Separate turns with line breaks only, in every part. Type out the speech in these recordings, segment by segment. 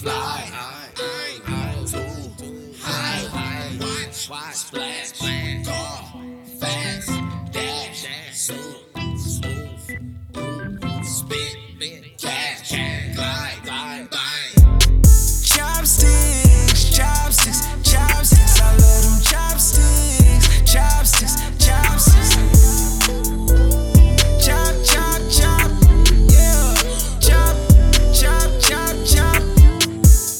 fly. I am too high. Watch, watch, splash, go fast, dash, soon, smooth, ooh, spit, cash, glide, glide, glide.
Chopsticks, chopsticks, chopsticks. I love them chopsticks, chopsticks, chopsticks. Chop, chop, chop, yeah. Chop, chop, chop, chop.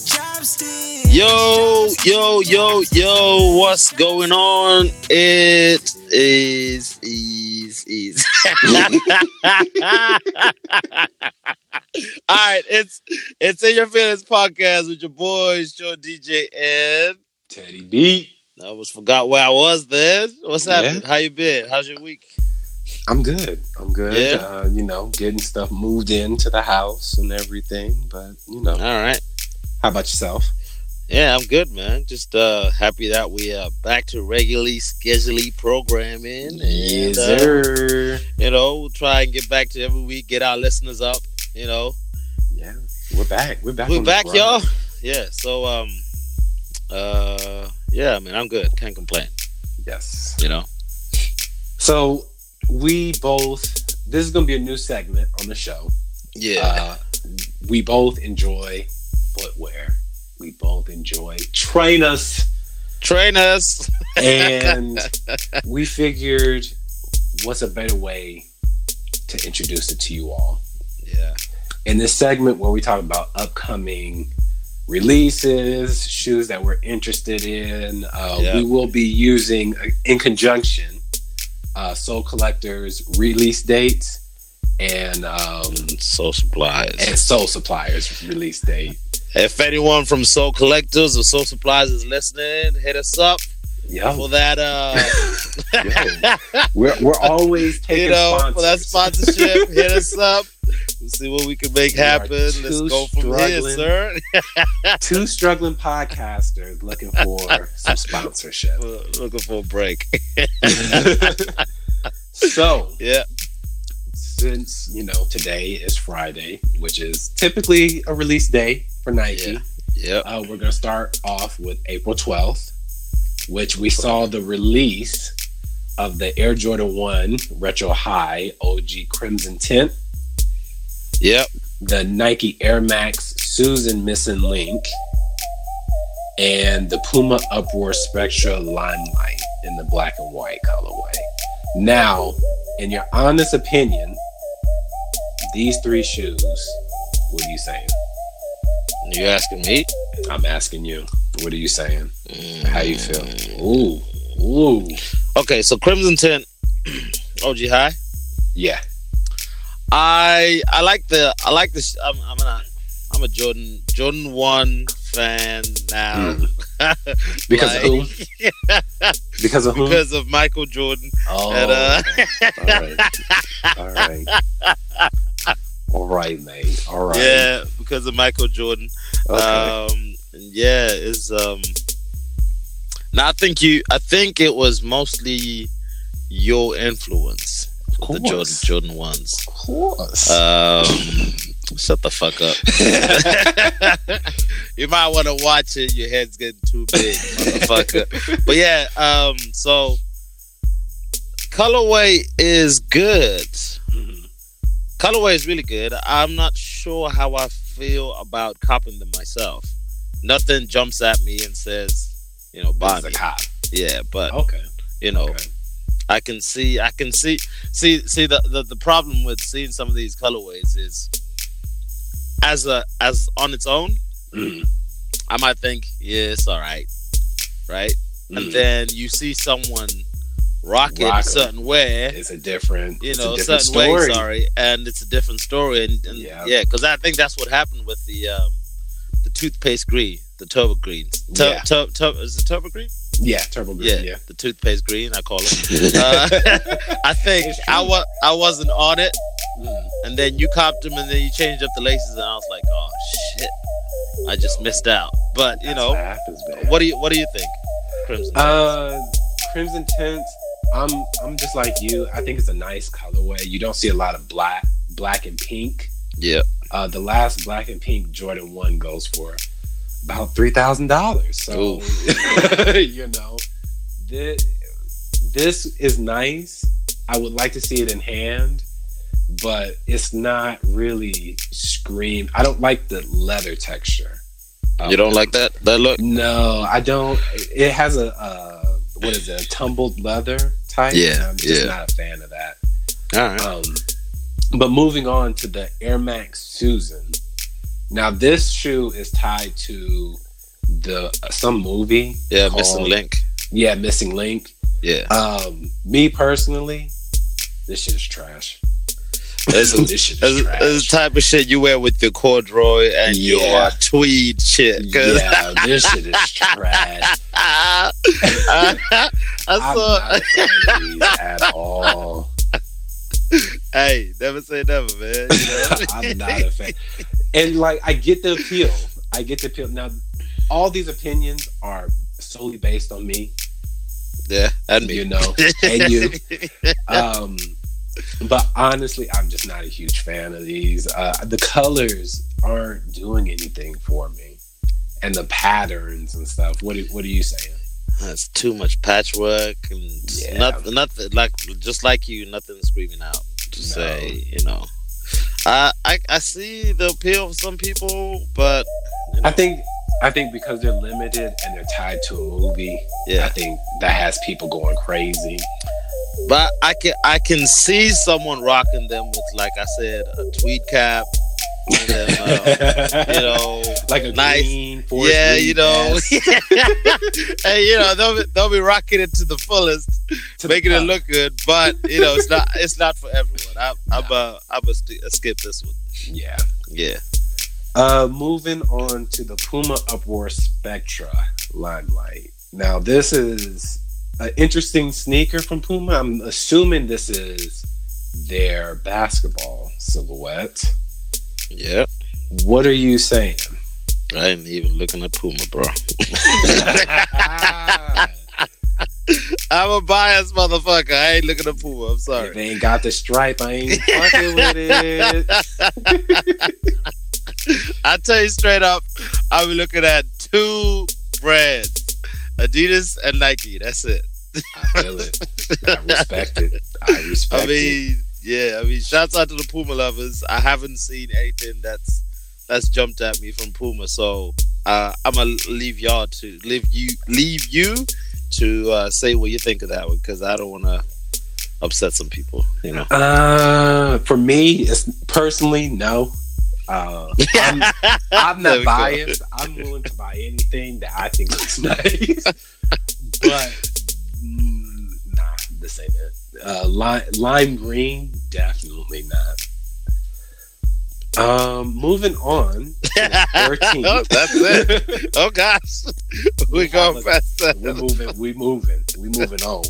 Chopsticks.
Yo, yo, yo, yo, what's going on? It is, is, is. All right, it's it's in your feelings podcast with your boys, your DJ Ed.
Teddy B.
I almost forgot where I was then. What's
Yeah.
happening? How you been? How's your week?
I'm good. I'm good.
Yeah.
Uh, you know, getting stuff moved into the house and everything. But you know,
All right.
how about yourself?
Yeah, I'm good, man. Just uh happy that we are back to regularly scheduled programming. and,
Yes,
uh,
sir.
you know, we'll try and get back to every week, get our listeners up, you know.
Yeah, we're back. We're back.
We're
on the
back,
grind.
y'all. Yeah, so um uh yeah, man, I'm good. Can't complain,
Yes.
you know.
So we both. This is gonna be a new segment on the show.
Yeah.
Uh, we both enjoy footwear. We both enjoy trainers,
Train us.
and we figured, what's a better way to introduce it to you all?
Yeah.
in this segment where we talk about upcoming releases, shoes that we're interested in. Uh,
Yeah.
We will be using, uh, in conjunction, uh, Soul Collectors release dates and um,
Soul supplies.
and Soul Suppliers release date.
if anyone from Soul Collectors or Soul Supplies is listening, hit us up
Yeah,
for that uh
we're, we're always taking
you know,
sponsors.
for that sponsorship, hit us up. We'll see what we can make
We are
happen. Let's
too
go from here,
struggling.
sir.
Two struggling podcasters looking for some sponsorship.
We're looking for a break.
so
Yeah.
since you know today is Friday, which is typically a release day for Nike,
Yeah. Yep.
uh, we're gonna start off with April twelfth, which we saw the release of the Air Jordan One Retro High OG Crimson Tint,
Yep.
the Nike Air Max Susan Missing Link, and the Puma Uproar Spectra Limelight in the black and white colorway. Now, in your honest opinion, these three shoes, what are you saying?
You asking me?
I'm asking you. What are you saying? How you feel? Ooh, ooh,
Okay, so Crimson Tint, OG High.
yeah,
I I like the I like this. I'm I'm a I'm a Jordan Jordan One fan
Hmm.
now
Mm. because of who? Because of who?
because of Michael Jordan.
oh,
and, uh,
all right, all right, all right, mate, all right.
Yeah, because of Michael Jordan.
Okay.
Um, yeah, it's um. Now I think you. I think it was mostly your influence.
of
The
course.
Jordan Jordan ones.
Of course.
Um, shut the fuck up. you might want to watch it. Your head's getting too big, motherfucker. but yeah, um, so colorway is good.
Mhm.
Colorway is really good. I'm not sure how I feel about copping them myself. Nothing jumps at me and says, you know, buy
This is
me.
a cop.
Yeah, but
ah, Okay.
you know,
okay.
I can see, I can see, see, see the, the the problem with seeing some of these colorways is, as a as on its own, Mm.
Mhm.
I might think, yeah, it's all right, right? And
Mhm.
then you see someone rock it
Rock
a
'em.
certain way,
it's a different,
you
it's
know,
a
a
different
certain
story.
way, sorry, and it's a different story. And, and
Yeah.
yeah, because I think that's what happened with the um, the toothpaste green, the turbo greens. Tur-
Yeah.
tur- tur- is it turbo green?
Yeah, Turbo Green. Yeah.
the toothpaste green, I call it. uh, I think
It's true.
I, wa- I wasn't on it,
Mm.
and then you copped them, and then you changed up the laces, and I was like, oh, shit, I just missed out. But, you
That's
know.
what happens, man.
What do you What do you think, Crimson?
Uh, Crimson Tints. I'm I'm just like you. I think it's a nice colorway. You don't see a lot of black, black and pink.
yeah,
Uh, the last black and pink Jordan one goes for about three thousand dollars. So you know, this, this is nice. I would like to see it in hand, but it's not really screamed. I don't like the leather texture. of
You don't
it.
like that? That look?
No, I don't. It has a uh, what is it? A tumbled leather type.
Yeah,
and I'm just
yeah.
not a fan of that.
All right.
Um, but moving on to the Air Max Susan. Now this shoe is tied to the uh, some movie.
Yeah, missing
called-
link.
Yeah, missing link.
Yeah.
Um, me personally, this shit is trash.
This is-
this shit
That's,
is
that's the
trash.
type of shit you wear with your corduroy and
Yeah.
your tweed shit. Cause
Yeah, this shit is trash.
I
I'm
saw.
not buying these at all.
hey, never say never, man. You know?
I'm not a fan. And like I get the appeal. I get the appeal. Now all these opinions are solely based on me.
yeah, and me.
You know. and you. Um but honestly, I'm just not a huge fan of these. Uh the colors aren't doing anything for me. And the patterns and stuff. What do, what are you saying?
That's too much patchwork and
Yeah.
nothing, nothing like just like you, nothing screaming out to
No.
say, you know. I, I I see the appeal of some people, but you know,
I think I think because they're limited and they're tied to a movie, I
yeah.
think that has people going crazy.
But I can I can see someone rocking them with like I said a tweed cap, and then, uh, you know,
like a
nice-
green forest
yeah,
green
you know,
vest
and you know they'll be, they'll be rocking it to the fullest,
to the
making it
top.
look good. But you know it's not it's not for everyone. I, I'm a I'm a st- skip this one.
yeah
Yeah.
uh moving on to the puma uproar spectra limelight now this is an interesting sneaker from puma i'm assuming this is their basketball silhouette
Yeah.
what are you saying
I ain't even looking at Puma, bro.
if
I'm a biased motherfucker. I ain't looking at Puma. I'm sorry.
they ain't got the stripe i ain't fucking with it
I tell you straight up, I'll be looking at two brands Adidas and Nike. That's it.
i feel it i respect it i respect
I mean, yeah, I mean, shouts out to the Puma lovers. I haven't seen anything that's that's jumped at me from Puma, so uh, I'm gonna leave y'all to leave you leave you to uh, say what you think of that one because I don't want to upset some people, you know.
Uh, for me, it's personally no. Uh, I'm, I'm
There
not
we go.
biased. I'm willing to buy anything that I think looks nice, but mm, nah, this ain't it. Uh, lime, lime green, definitely not. Um, moving on. Thirteen.
Oh, that's it. Oh gosh, we going past that.
we moving. We moving. We moving on.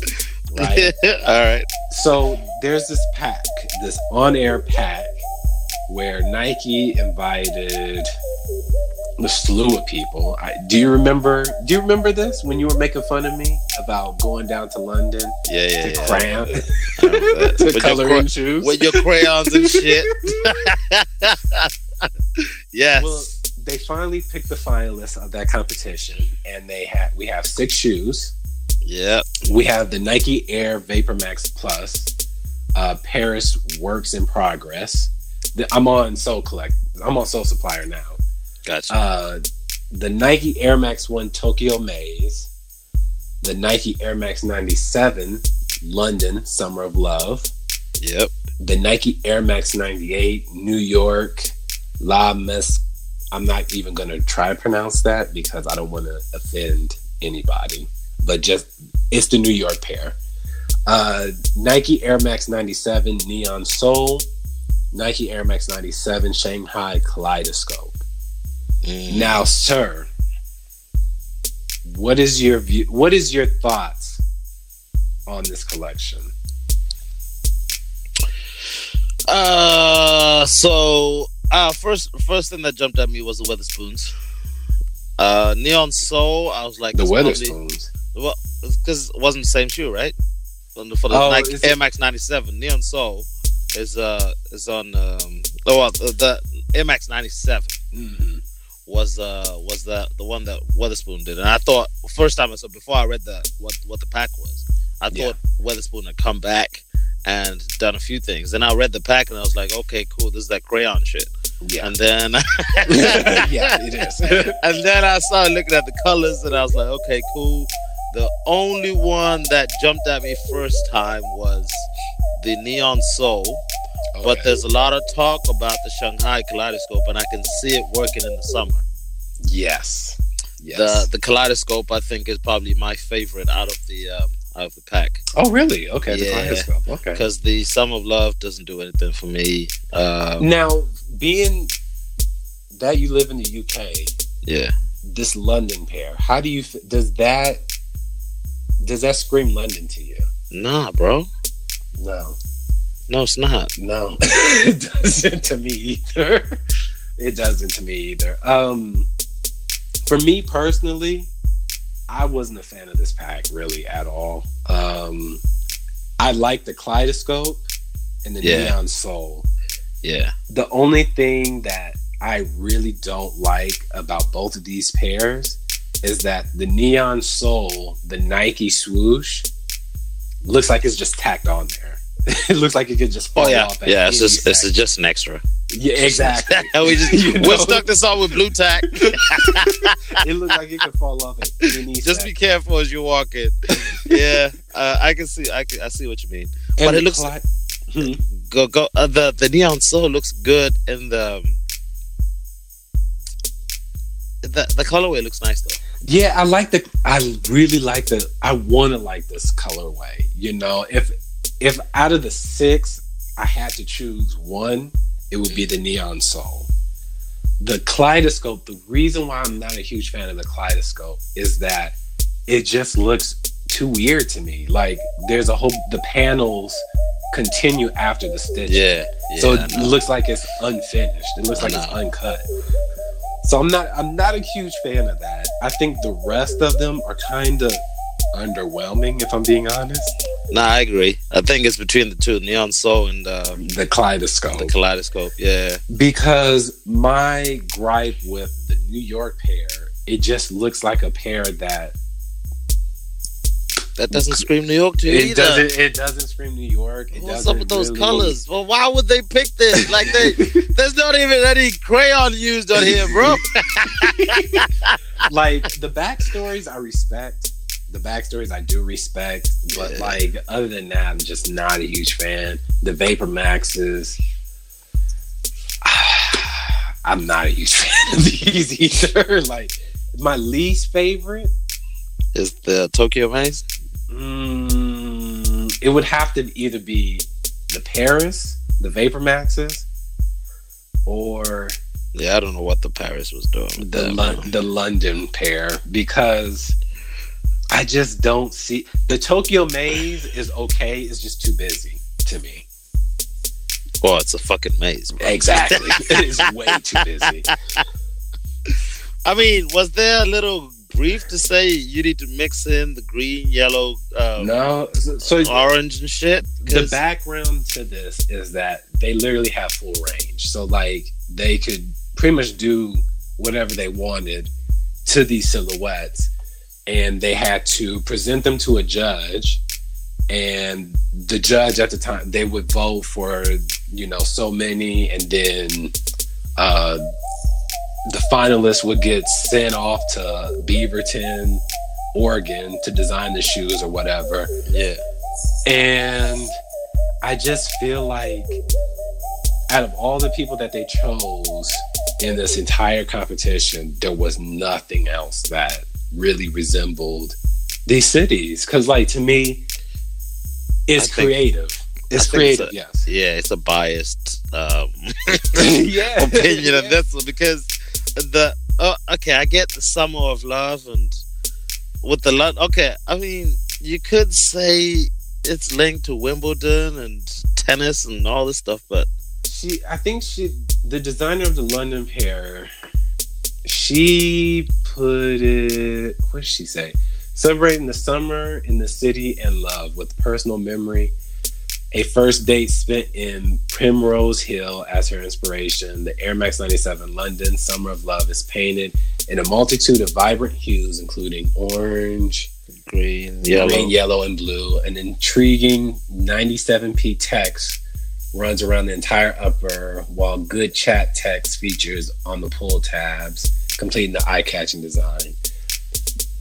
Right.
All right.
So there's this pack, this on air pack, where Nike invited a slew of people. I, do you remember? Do you remember this when you were making fun of me about going down to London
Yeah, yeah,
to
yeah.
crayon,
I remember that.
to
With your
color
cra-
in shoes?
with your crayons and shit. yes.
Well, they finally picked the finalists of that competition, and they had we have six shoes.
yep.
We have the Nike Air Vapor Max Plus, uh, Paris Works in Progress. The- I'm on Soul Collect. I'm on Soul Supplier now.
Gotcha.
Uh, the Nike Air Max One Tokyo Maze, the Nike Air Max 97 London Summer of Love,
yep.
the Nike Air Max 98 New York La Mes. I'm not even gonna try to pronounce that because I don't want to offend anybody. But just it's the New York pair. Uh, Nike Air Max 97 Neon Soul, Nike Air Max 97 Shanghai Kaleidoscope.
Mm.
Now, sir, what is your view? What is your thoughts on this collection?
Uh, so uh, first first thing that jumped at me was the Weatherspoons. Uh, Neon Soul. I was like,
The
it's
Weatherspoons.
because it wasn't the same shoe, right? On the, for the
Oh,
Nike
is it-
Air Max 97, Neon Soul is uh is on um oh well, the, the Air Max 97
Mhm.
was uh was the the one that Weatherspoon did, and I thought first time I saw before I read the what what the pack was, I
Yeah.
thought Weatherspoon had come back and done a few things. Then I read the pack and I was like, okay, cool, this is that crayon shit.
Yeah.
And then
yeah, it is.
and then I started looking at the colors and I was like, okay, cool. The only one that jumped at me first time was the Neon Soul, but
Okay.
there's a lot of talk about the Shanghai Kaleidoscope, and I can see it working in the summer.
yes, yes.
The the Kaleidoscope, I think, is probably my favorite out of the um, out of the pack
oh, really? Okay, the
Yeah.
kaleidoscope. Okay.
because the Sum of Love doesn't do anything for me. Um,
Now, being that you live in the UK,
yeah,
this London pair, how do you f- does that does that scream London to you?
nah, bro,
No,
no, it's not.
no, it doesn't to me either. It doesn't to me either. Um, for me personally, I wasn't a fan of this pack really at all. Um, I like the Kaleidoscope and the
Yeah.
Neon Soul.
Yeah,
the only thing that I really don't like about both of these pairs is that the neon soul, the Nike swoosh, looks like it's just tacked on there. it looks like it could just fall
oh yeah,
off. at
yeah. It's
any
just it's
second.
just an extra.
yeah, exactly.
And we just
You know?
we stuck this on with blue tack.
it looks like it could fall off at any.
Just be
second.
careful as you walk in. yeah, uh, I can see. I can, I see what you mean. but
And
it
the
looks
cli-
like-
Hmm.
Go go. Uh, the the neon soul looks good in the. um, the the colorway looks nice though.
Yeah, I like the. I really like the. I want to like this colorway. You know, if if out of the six, I had to choose one, it would be the neon soul. The kaleidoscope. The reason why I'm not a huge fan of the kaleidoscope is that it just looks too weird to me. Like there's a whole the panels continue after the stitch. so it looks like it's unfinished. It looks
I
like it's
know.
uncut. So I'm not I'm not a huge fan of that. I think the rest of them are kind of underwhelming if I'm being honest.
nah, I agree. I think it's between the two, neon soul and um,
The kaleidoscope.
the kaleidoscope. Yeah,
because my gripe with the New York pair, it just looks like a pair that
that doesn't scream New York to you
it
either.
doesn't it doesn't scream New York. It
What's
doesn't
up with those
really-
colors? Well, why would they pick this? Like they, there's not even any crayon used on here, bro.
like the backstories I respect. The backstories I do respect, but
Yeah.
like other than that, I'm just not a huge fan. The Vapor Maxes. I'm not a huge fan of these either. Like my least favorite,
Is the Tokyo Maze?
mm, it would have to either be the Paris, the Vapor Maxes, or
Yeah, I don't know what the Paris was doing. With
the
that,
Lon-
bro.
the London pair because I just don't see the Tokyo Maze is okay. It's just too busy to me.
Oh, it's a fucking maze. Bro.
Exactly, it is way too busy.
I mean, was there a little brief to say you need to mix in the green, yellow, um,
No, so so
orange, and shit?
the
'Cause-
background to this is that they literally have full range. So like they could pretty much do whatever they wanted to these silhouettes and they had to present them to a judge and the judge at the time they would vote for you know so many and then uh the finalists would get sent off to Beaverton, Oregon to design the shoes or whatever
yeah,
and I just feel like out of all the people that they chose in this entire competition, there was nothing else that really resembled these cities. Cause like to me, it's
I think-
creative. It's
think it's
creative,
a-
yes.
yeah, it's a biased um,
yeah.
opinion of this one because the oh, okay, I get the summer of love and with the lot. Okay, I mean, you could say it's linked to Wimbledon and tennis and all this stuff, but
she I think she the designer of the London pair she put it what did she say? Celebrating the summer in the city and love with personal memory A first date spent in Primrose Hill as her inspiration. The Air Max 97 London Summer of Love is painted in a multitude of vibrant hues, including orange,
Green, yellow.
green, yellow, and blue. An intriguing 97p text runs around the entire upper, while good chat text features on the pull tabs, completing the eye-catching design.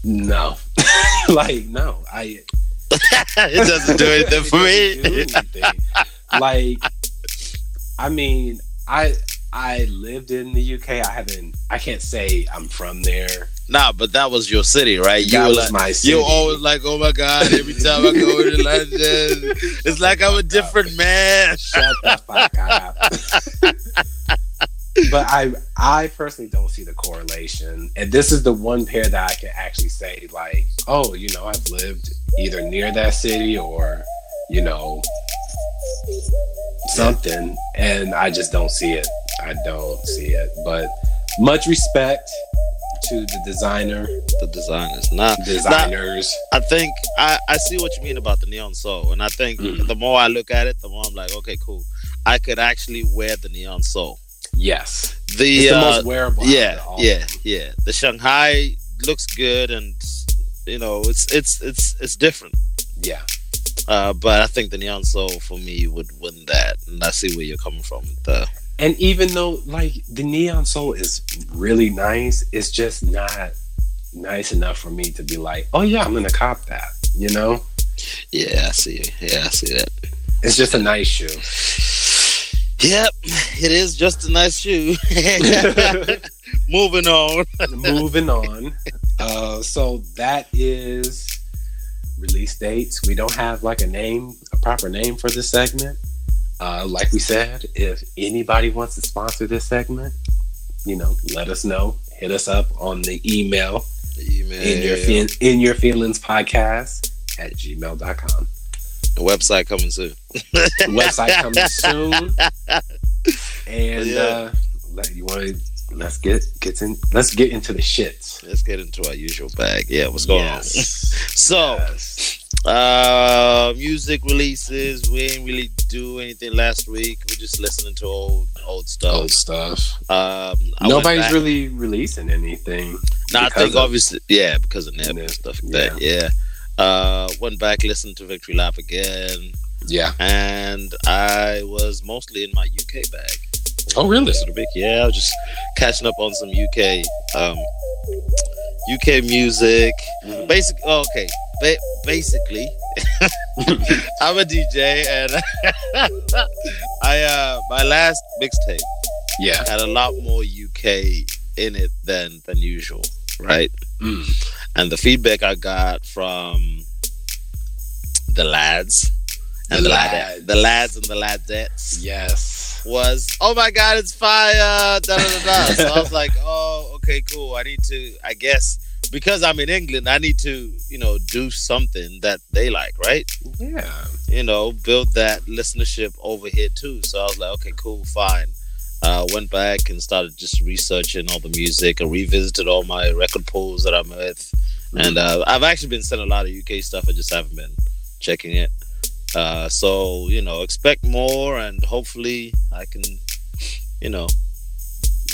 No, like no, I
it doesn't do anything for
it doesn't
me.
do anything. like, I mean, I I lived in the UK. I haven't. I can't say I'm from there.
Nah, but that was your city, right? You
That
were
was
like,
my
you
city.
were always like, oh my god, every time I go to London, it's like I'm a different man.
Shut the fuck up. but I I personally don't see the correlation. And this is the one pair that I can actually say, like, oh, you know, I've lived either near that city or, you know, something. And I just don't see it. I don't see it. But much respect to the designer,
The designers, nah,
designers.
I think I, I see what you mean about the neon soul, and I think
Mhm.
the more I look at it, the more I'm like, okay, cool. I could actually wear the neon soul.
yes.
The,
It's the
uh,
most wearable. out of
yeah,
all of
yeah, yeah. The Shanghai looks good, and you know, it's it's it's it's different.
them. Yeah.
Uh, but I think the neon soul for me would win that, and I see where you're coming from. with The
And even though like the neon soul is really nice, it's just not nice enough for me to be like, oh yeah, I'm gonna cop that. You know,
yeah, I see, yeah, I see that.
it's just a nice shoe.
Yep, it is just a nice shoe. Moving on.
Moving on. Uh, so that is release dates. We don't have like a name, a proper name for this segment. Uh, like we said, if anybody wants to sponsor this segment, you know, let us know. Hit us up on the email in your feel, in your feelings podcast at gmail.com
The website coming soon.
website coming soon and
Yeah.
uh let- you want to let's get get in let's get into the shits
Let's get into our usual bag. Yeah, what's going on? So,
Yes.
uh, music releases. We ain't really do anything last week. We're just listening to old old
old
stuff.
stuff
Um, Oh. I went
nobody's
back-
really releasing anything
No, I
because
think
of-
obviously, yeah, because of Nip
Nip,
and stuff like that. Yeah. Uh, went back, listened to Victory Lap again,
yeah
and I was mostly in my UK bag.
oh really
Sort of big. Yeah, I was just catching up on some UK, um, UK music. Basic. oh, okay. Ba- basically, I'm a DJ, and I uh, my last mixtape
yeah
had a lot more UK in it than than usual, right?
Mm.
And the feedback I got from the lads and
The
the, lads.
lads.
the lads and the ladettes
yes
was, "Oh my God, it's fire!" Da, da, da, da. so I was like, "Oh, okay, cool. I need to, I guess, because I'm in England, I need to, you know, do something that they like, right?
yeah
You know, build that listenership over here too." So I was like, "Okay, cool, fine." Uh, went back and started just researching all the music. I revisited all my record pools that I'm with, and uh, I've actually been sent a lot of UK stuff. I just haven't been checking it. Uh, so you know, expect more, and hopefully I can, you know,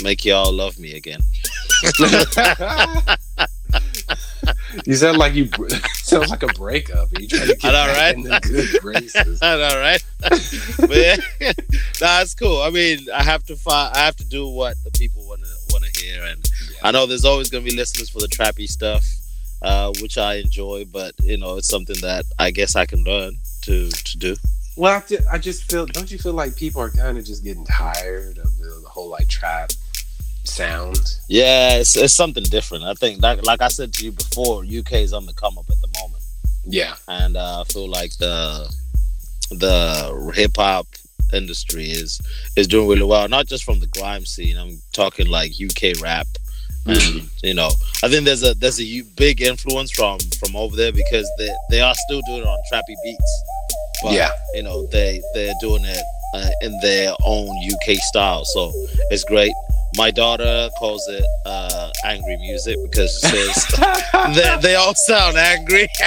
make y'all love me again.
you sound like you sounds like a breakup. You trying to get
I know,
back
right?
in the good graces?
I know, right? but yeah, nah, it's cool. I mean, I have to find, I have to do what the people want to want to hear, and I know there's always gonna be listeners for the trappy stuff, uh, which I enjoy, but you know, it's something that I guess I can learn to to do.
Well, I ju- I just feel. Don't you feel like people are kind of just getting tired of the, the whole like trap sound?
Yeah, it's, it's something different. I think, like like I said to you before, UK is on the come up at the moment.
Yeah,
and uh, I feel like the the hip hop industry is is doing really well. Not just from the grime scene. I'm talking like UK rap,
Mm-hmm.
and you know, I think there's a there's a u- big influence from from over there because they they are still doing it on trappy beats. But,
Yeah.
you know they they're doing it uh, in their own UK style, so it's great. My daughter calls it uh, angry music because she says they, they all sound angry.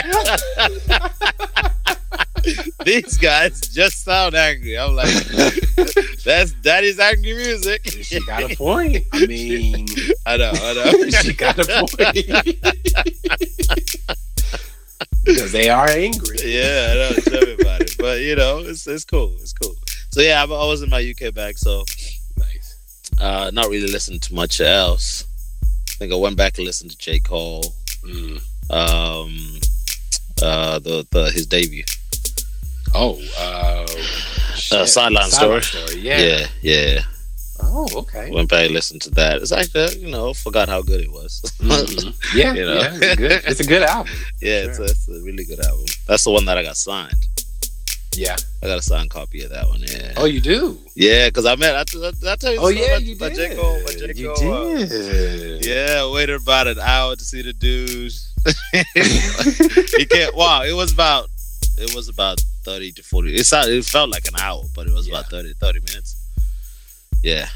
These guys just sound angry. I'm like, that's that is angry music.
She got a point. I mean,
I know, I know.
she got a point. Because they are angry.
yeah, I know. Tell me about it. But you know, it's it's cool. It's cool. So yeah, I, I was in my UK bag, so
Nice.
uh, not really listened to much else. I think I went back and listened to J Cole,
Mm.
um, uh, the, the his debut,
Oh, uh,
uh,
shit.
Sideline Story.
Sideline story. Yeah.
Yeah, yeah.
Oh, okay.
Went back and listened to that. It's actually, you know, forgot how good it was.
Mhm. Yeah,
You know.
yeah, it's a good. It's a good album.
yeah, it's, a, it's a really good album. That's the one that I got signed.
Yeah.
I got a signed copy of that one. Yeah.
Oh, you do.
Yeah, because I met. I, I, I tell you.
Oh
the story
yeah,
about-
you
about
did.
J. Cole, about J.
you
Cole, uh,
did.
yeah, I waited about an hour to see the dude. he can't. Wow, it was about. It was about thirty to forty. It sounded. It felt like an hour, but it was
Yeah.
about 30, 30 minutes. Yeah,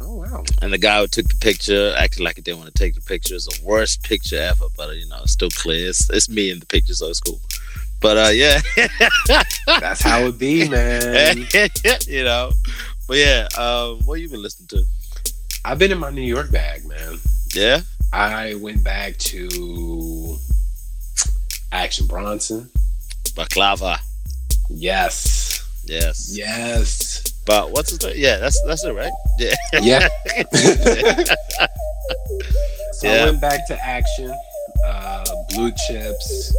Oh wow.
and the guy who took the picture acted like he didn't want to take the picture. It's the worst picture ever, but you know, it's still clear. It's, it's me in the picture, so it's cool. But uh, yeah,
That's how it be, man.
you know. But yeah, um, what you been listening to?
I've been in my New York bag, man.
Yeah.
I went back to Action Bronson.
Baklava.
Yes.
Yes.
Yes.
But what's his name? Yeah, that's that's it, right? Yeah.
Yeah. so
Yeah.
I went back to action, uh, blue chips,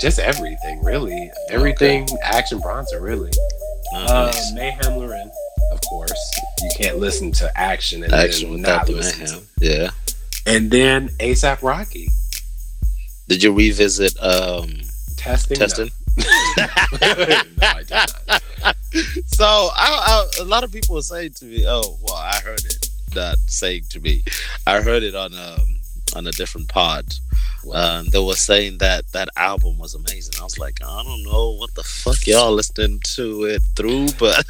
just everything, really. Everything action Bronson, really. Uh,
Mm-hmm. Nice.
Mayhem Loren, of course. You can't listen to action and
Action
then
without
not
the
listen to.
mayhem. Yeah.
And then ASAP Rocky
Did you revisit um
testing.
testing?
No. No, I did not.
So I, I, a lot of people were saying to me, "Oh, well, I heard it." Not saying to me, I heard it on um on a different pod. Um, they were saying that that album was amazing. I was like, I don't know what the fuck y'all listening to it through, but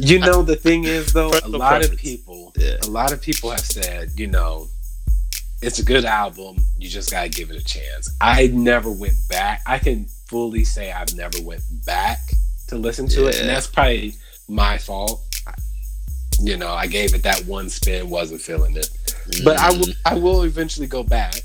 you know the thing is though a
Personal
lot of
preference.
people
Yeah.
a lot of people have said you know it's a good album you just gotta give it a chance i never went back i can fully say i've never went back to listen to it and
Yeah.
that's probably my fault I- you know i gave it that one spin wasn't feeling it but i will i will eventually go back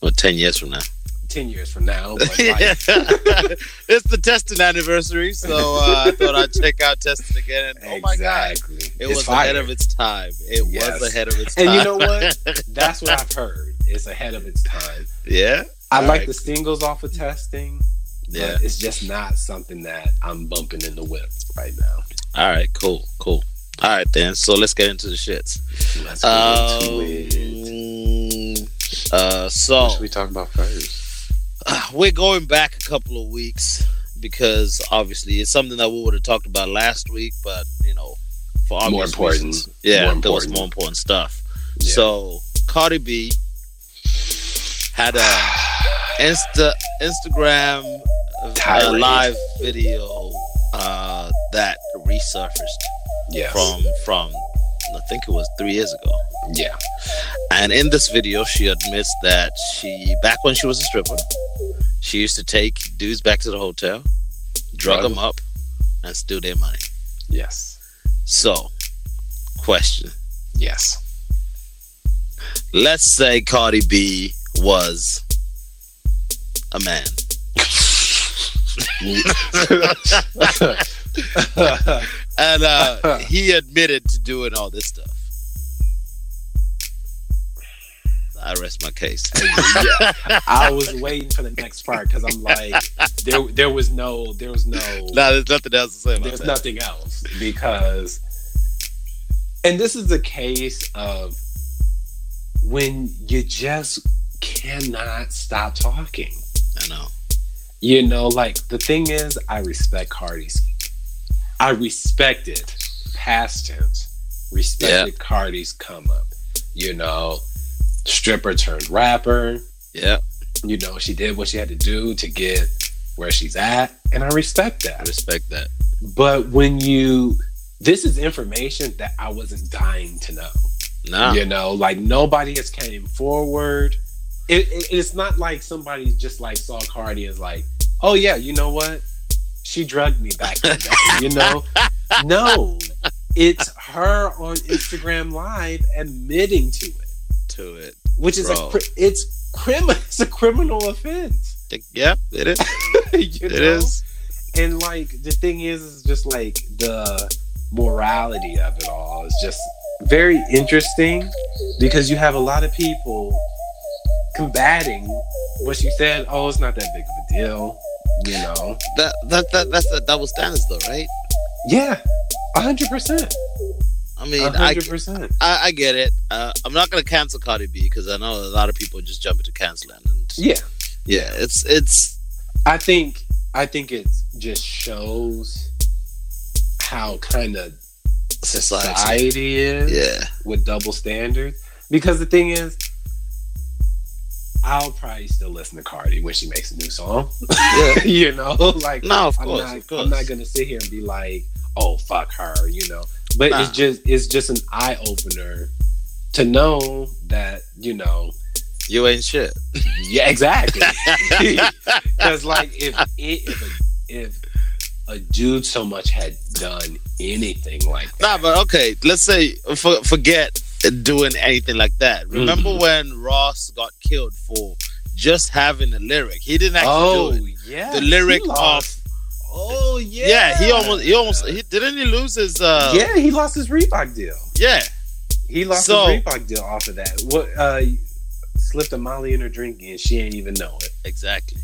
Well, ten years from now.
10 years from now but
Yeah.
like,
it's the testing anniversary, so uh, I thought I'd check out testing again. And, Oh my god,
exactly
it
It's
was
fire.
ahead of its time. It
Yes.
was ahead of its time.
and you know what that's what i've heard it's ahead of its time
yeah,
I
All
like
right.
the singles off of testing,
yeah.
but it's just not something that I'm bumping in the whip right now.
All right, cool, cool. All right, then. So let's get into the shits.
Let's
Um, uh, so
we talk about first?
uh, we're going back a couple of weeks because obviously it's something that we would have talked about last week, but you know, for obvious
More important.
reasons, yeah,
More
there was
important.
more important stuff.
Yeah.
So Cardi B had a Insta Instagram uh,
Tirade.
live video uh, that resurfaced
Yes.
from from I think it was three years ago.
yeah.
And in this video, she admits that she, back when she was a stripper, she used to take dudes back to the hotel, drug
Drug
them up, and steal their money.
Yes.
So, question.
Yes.
Let's say Cardi B was a man. And uh, he admitted to doing all this stuff. I rest my case.
I was waiting for the next part because I'm like, there, there was no, there was no,
no, there's nothing else to say about
there's
that.
nothing else because, and this is a case of when you just cannot stop talking.
I know.
You know, like the thing is, I respect Cardi's. I respected past tense, respected Cardi's come up. You know, stripper turned rapper.
Yeah,
You know, she did what she had to do to get where she's at, and I respect
I
that.
respect that.
But when you, this is information that I wasn't dying to know.
Nah.
You know, like nobody has came forward. It, it- it's not like somebody just like saw Cardi as like, oh yeah, you know what? she drugged me back. in the day, you know, no, it's her on Instagram Live admitting to it,
to it.
which is
Bro.
a cri- it's criminal. It's a criminal offense.
Like, yeah, it is.
you
It
know?
is.
And like the thing is, is just like the morality of it all is just very interesting because you have a lot of people combating what she said. Oh, it's not that big of a deal, you know.
That that that that's a double standards though, right?
Yeah, hundred percent,
I mean, I,
hundred percent.
I I get it. Uh, I'm not gonna cancel Cardi B because I know a lot of people just jump into canceling. And
Yeah,
yeah, it's it's
I think I think it just shows how kind of
society.
society is.
Yeah,
with double standards. Because the thing is, I'll probably still listen to Cardi when she makes a new song.
yeah.
you know, like
No, of
I'm
course,
not,
of course.
I'm not gonna sit here and be like, oh fuck her, you know. But
Nah.
it's just it's just an eye opener to know that you know.
you ain't shit.
Yeah, exactly. Because like if it, if a, if a dude so much had done anything like
Nah,
that,
but okay. Let's say for, forget doing anything like
Mm.
that. Remember when Ross got killed for just having a lyric? He didn't actually do
oh
it.
yeah,
The lyric
he
of
lost. oh yeah,
yeah. he almost he almost he, didn't he lose his uh yeah.
yeah, he lost his Reebok deal. He lost
So-
his Reebok deal off of that. What uh slipped a Molly in her drink and she ain't even know it.
exactly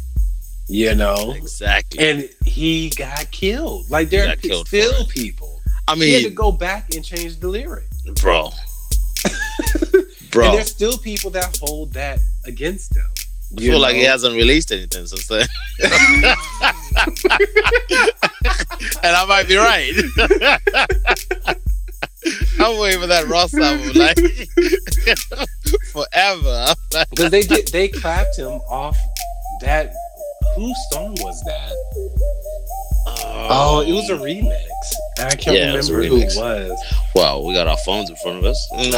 You know?
exactly.
Oh. And he got killed. Like there are
got killed for
still
it.
people.
I
He had to
mean,
go back and change the lyric.
bro,
And
bro.
there's still people that hold that against him.
I
you
feel like he
know?
hasn't released anything since then. and I might be right. I'm waiting for that Ross album like forever.
Because they did they clapped him off that whose song was that? Oh, it was a remix. I can't
Yeah, it was a
remember who it
remix.
was.
Wow, we got our phones in front of us.
I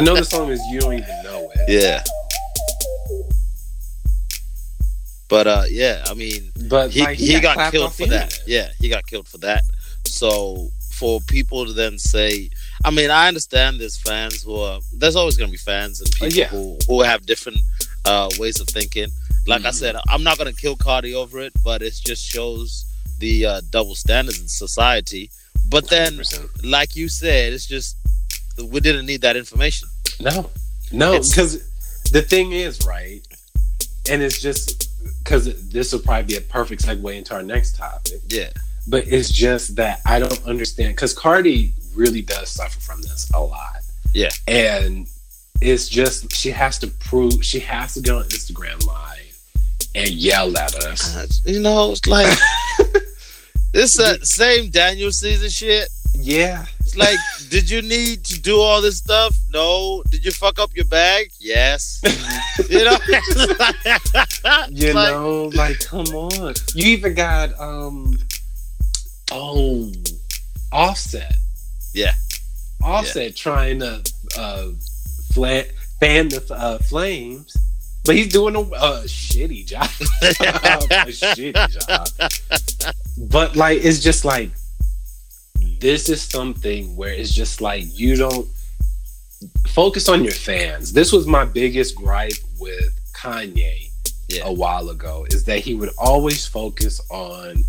know the song is You Don't Even Know It.
yeah. But uh yeah, I mean
But
he,
like,
he, got,
clapped
killed
off
for
the
that.
internet.
Yeah, he got killed for that. So for people to then say, I mean, I understand there's fans who are. There's always going to be fans and people
Uh, yeah.
who who have different uh, ways of thinking. Like I
Mhm.
said, I'm not going to kill Cardi over it, but it just shows the uh, double standards in society. But then,
100%.
like you said, it's just we didn't need that information.
no, no,
It's-
because the thing is right, and it's just because this will probably be a perfect segue into our next topic.
Yeah,
But it's just that I don't understand because Cardi really does suffer from this a lot.
Yeah.
and it's just she has to prove she has to go on Instagram Live and yell at us.
Uh, you know, it's like it's that same Daniel Caesar shit.
Yeah,
It's like, did you need to do all this stuff? No. Did you fuck up your bag? Yes. you know, It's like-
you
it's like,
know, like come on. You even got um oh offset.
Yeah.
Offset trying to uh flan, fan the uh, flames, but he's doing a, a shitty job. a shitty job. Oh, But like it's just like this is something where it's just like you don't focus on your fans. This was my biggest gripe with Kanye
Yeah.
a while ago is that he would always focus on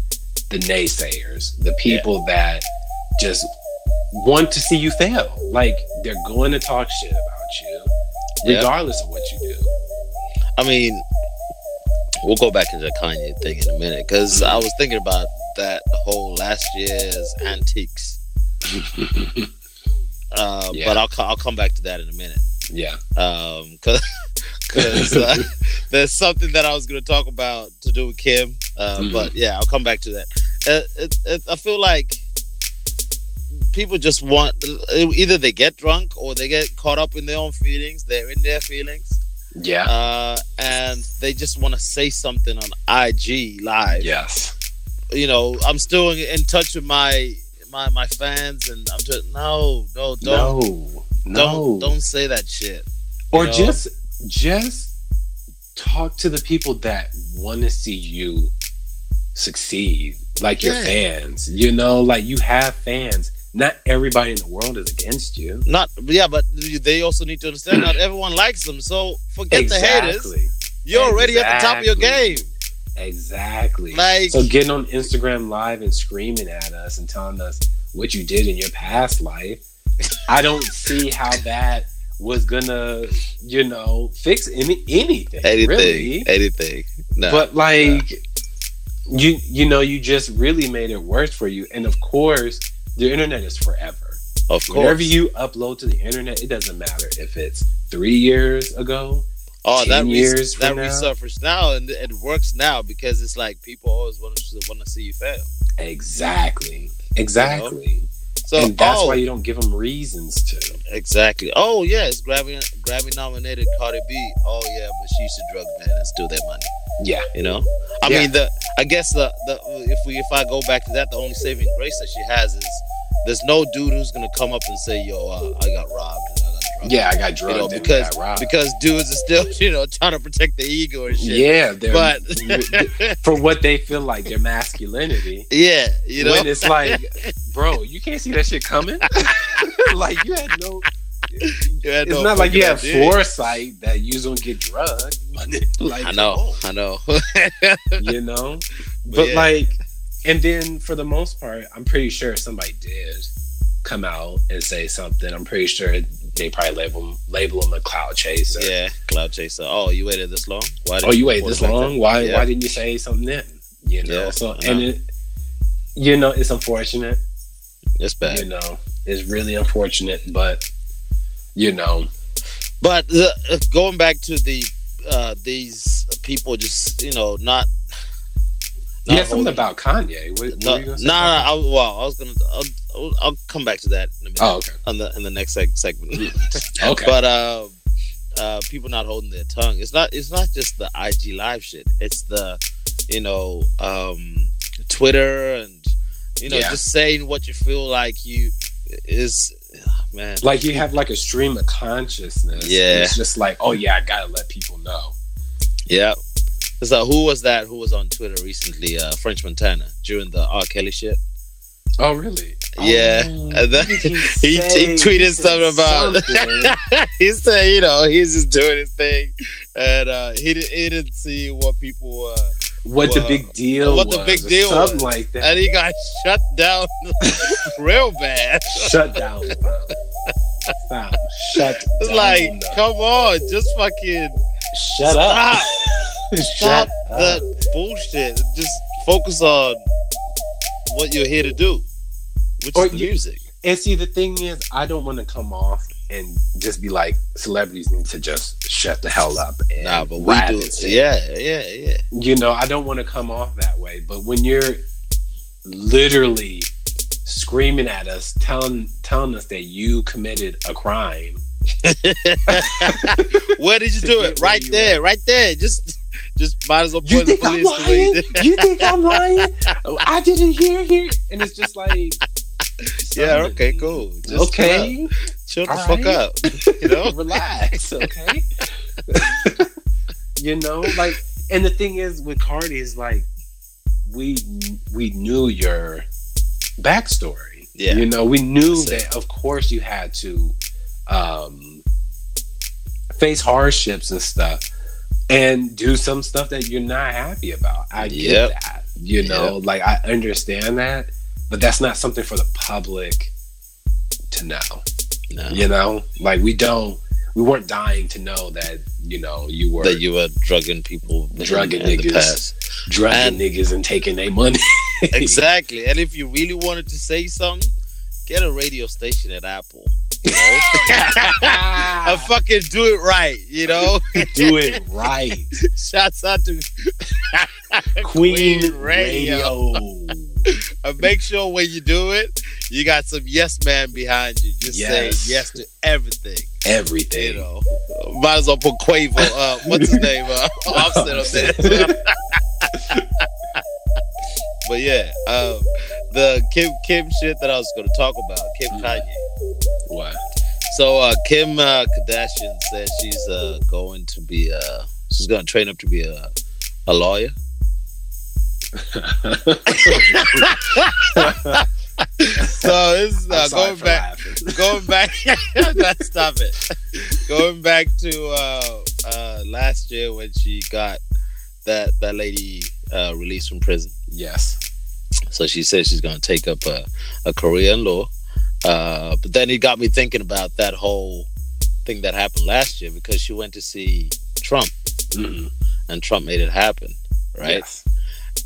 the naysayers, the people that just want to see you fail. Like they're going to talk shit about you
Yeah.
regardless of what you do.
I mean, we'll go back to the Kanye thing in a minute because I was thinking about that whole last year's antiques. uh,
Yeah.
But I'll, co- I'll come back to that in a minute.
Yeah.
um because uh, there's something that i was going to talk about to do with kim uh,
Mhm.
but yeah i'll come back to that uh, it, it, i feel like people just want uh, either they get drunk or they get caught up in their own feelings they're in their feelings
Yeah.
uh, and they just want to say something on ig live
yes.
you know i'm still in, in touch with my my my fans and i'm just no no don't
no.
don't
No.
don't say that shit
or
know?
just just talk to the people that want to see you succeed like your
Yeah.
fans. You know, like you have fans. Not everybody in the world is against you.
Not yeah, but they also need to understand not everyone likes them. So forget the haters. You're already at the top of your
Exactly.
game.
Exactly.
Like-
so getting on Instagram live and screaming at us and telling us what you did in your past life, I don't see how that was gonna, you know, fix any anything.
Anything,
Really.
anything. No.
But like you you know, you just really made it worse for you. And of course, the internet is forever.
of course.
Whenever you upload to the internet, it doesn't matter if it's three years ago,
Oh,
10
that res-
years
that
from now?
resurfaced now and it works now because it's like people always want to want to see you fail.
Exactly. Exactly.
So
and that's
oh,
why you don't give them reasons to.
exactly. Oh yeah, it's Grammy Grammy nominated Cardi B. Oh yeah, but she used to drug man and steal their money.
Yeah.
You know, I
Yeah.
mean the I guess the the if we if I go back to that, the only saving grace that she has is there's no dude who's gonna come up and say yo uh, I got robbed and I got drugged.
Yeah, I got
You know,
drugged and
because
got robbed.
because dudes are still you know trying to protect the ego and shit.
yeah, they're,
But
for what they feel like their masculinity.
yeah, you know.
when it's like, bro, you can't see that shit coming. like you had no.
You had
It's
no
not like you
fucking
have
idea.
foresight that you don't get drugged. like
I know, I know.
you know, but,
yeah.
like, and then for the most part, I'm pretty sure somebody did come out and say something. I'm pretty sure they probably label him, label him a cloud chaser.
yeah, Cloud Chaser. Oh, you waited this long? Why
oh, you wait
report
this
back
long?
then?
Why
Yeah.
why didn't you say something then? You know,
Yeah,
so
I
and
know.
it, you know, it's unfortunate.
It's bad.
You know, it's really unfortunate, but you know,
But the, uh, going back to the uh, these people, just you know, not.
yeah, something
holding-
about Kanye. What, what
No,
were
no,
you gonna say?
no, I, well, I was gonna. I'll, I'll, I'll come back to that in a minute.
Oh, okay,
On the in the next seg- segment.
okay,
but uh, uh, people not holding their tongue. It's not. It's not just the IG live shit. It's the, you know, um, Twitter and you know,
Yeah.
just saying what you feel like you is, ah, man.
like you have like a stream of consciousness.
Yeah.
it's just like, oh yeah, I gotta let people know.
Yeah. So who was that? Who was on Twitter recently? Uh, French Montana during the R. Kelly shit.
Oh really?
Yeah.
Oh,
And then
he,
he tweeted something about-
something.
he said, you know, he's just doing his thing, and uh, he, di- he didn't see what people were.
what the
Well,
big deal?
what the
was
big
or
deal
Something
was.
like that.
and he got shut down real bad.
Shut down. Fam. Fam, Shut
It's
down.
like, come on, just fucking
shut up.
stop,
Shut
stop
up.
the bullshit. Just focus on what you're here to do, which
Or
is the
you-
music.
And see, the thing is, I don't want to come off and just be like, celebrities need to just shut the hell up. And
Nah, but we
rap
do
and
it.
shit.
Yeah, yeah, yeah.
You know, I don't want to come off that way. But when you're literally screaming at us, telling telling us that you committed a crime,
Where did you do it? Right there, right there. Just, just might as well
You
point the
think I'm
police to
lying?
me.
You think I'm lying? Oh, I didn't hear here, and it's just like,
Yeah,
son,
okay, cool. Just
okay,
chill,
All
out. chill the fuck up.
right.
You know,
relax, okay. you know, like, and the thing is with Cardi is like, we we knew your backstory.
Yeah.
you know, we knew
That's
that of course you had to um, face hardships and stuff, and do some stuff that you're not happy about. I get
Yep.
that. You know, like I understand that, but that's not something for the public to know
no.
you know like we don't we weren't dying to know that you know you were
that you were drugging people, in-
Drugging
in the
niggas.
past.
drugging niggas and taking their money
Exactly. And if you really wanted to say something, get a radio station at Apple. You know? and fucking do it right, you know?
do it right
Shouts out to
queen,
Queen
radio,
Radio. and make sure when you do it, you got some yes man behind you. Just
Yes.
say yes to everything. You
everything
know. Might as well put Quavo up. What's his name? Uh, offset up there. but yeah, um, the Kim Kim shit that I was gonna talk about, Kim
Mm.
Kanye.
what
So uh, Kim uh, Kardashian says she's uh, going to be uh, she's going to train up to be a, a lawyer. so this is uh,
I'm sorry
going
for
back,
laughing.
going back. let's stop it. Going back to uh, uh, last year when she got that that lady uh, released from prison.
Yes.
So she said she's going to take up a, a career in law. Uh, but then it got me thinking about that whole thing that happened last year because she went to see Trump
Mhm.
and Trump made it happen, right?
Yes.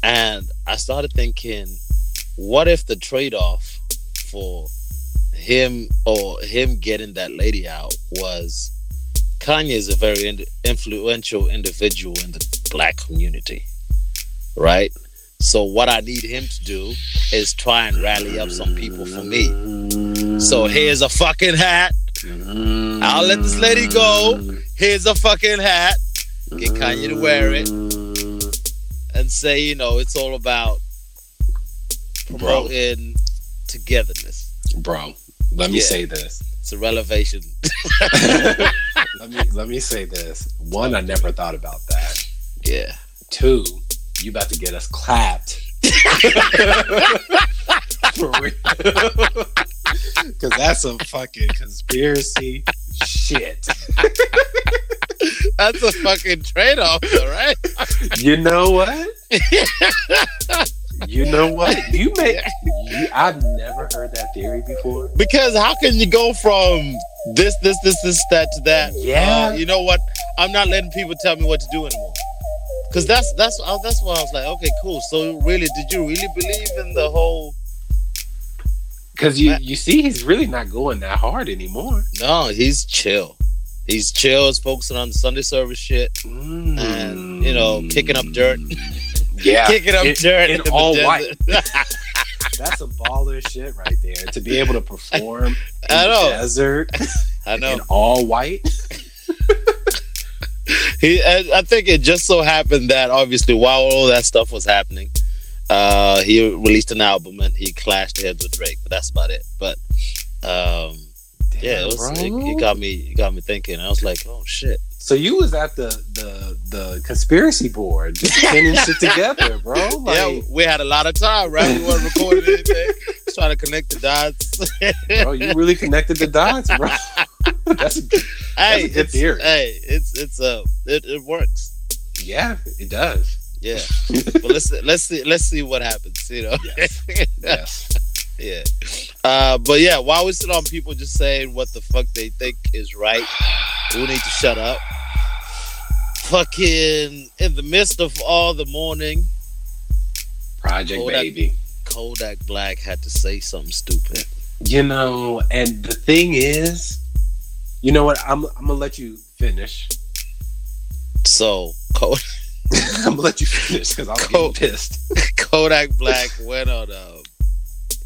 And I started thinking, what if the trade off for him or him getting that lady out was Kanye is a very in- influential individual in the black community, right? So, what I need him to do is try and rally up some people for me. So, here's a fucking hat. I'll let this lady go. Here's a fucking hat. Get Kanye to wear it and say, you know, it's all about
Bro.
promoting togetherness.
Bro, let me
Yeah.
say this.
It's a revelation.
Let me let me say this. One, I never thought about that.
Yeah.
Two, you about to get us clapped. For real. Cause that's some fucking conspiracy shit.
That's a fucking trade off, though, right?
You know what? you know what? You may you, I've never heard that theory before.
Because how can you go from this, this, this, this, that to that?
Yeah.
Uh, you know what? I'm not letting people tell me what to do anymore. Cause that's that's uh, that's why I was like, okay, cool. So really, did you really believe in the whole?
Cause you you see he's really not going that hard anymore.
No, he's chill. He's chill. He's focusing on the Sunday service shit and you know kicking up dirt,
Mm. Yeah.
kicking up
In-
dirt
in
the
all
desert.
white. That's a baller shit right there. To be able to perform in
I
the
know.
desert
I know.
in all white.
He, I, I think it just so happened that obviously while all that stuff was happening, uh, he released an album and he clashed heads with Drake. But that's about it. But um, yeah, it, was, it,
bro.
it got me, it got me thinking. I was like, oh shit.
so you was at the the the conspiracy board just pinning shit together, bro. Like,
yeah, we had a lot of time, right? We weren't recording anything. Just trying to connect the dots.
bro, you really connected the dots, bro. That's
hey,
a good
it's,
theory.
hey, it's it's uh, it, it works.
yeah, it does.
Yeah, but let's let's see let's see what happens. You know.
Yes.
Yeah. Uh, but yeah, while we sit on people just saying what the fuck they think is right, we need to shut up. Fucking in the midst of all the mourning,
Project
Hold up.
Baby.
Kodak Black had to say something stupid.
You know, and the thing is, you know what? I'm I'm gonna let you finish.
So Kod-
I'm gonna let you finish because I'm
Cool.
getting pissed.
Kodak Black went on um,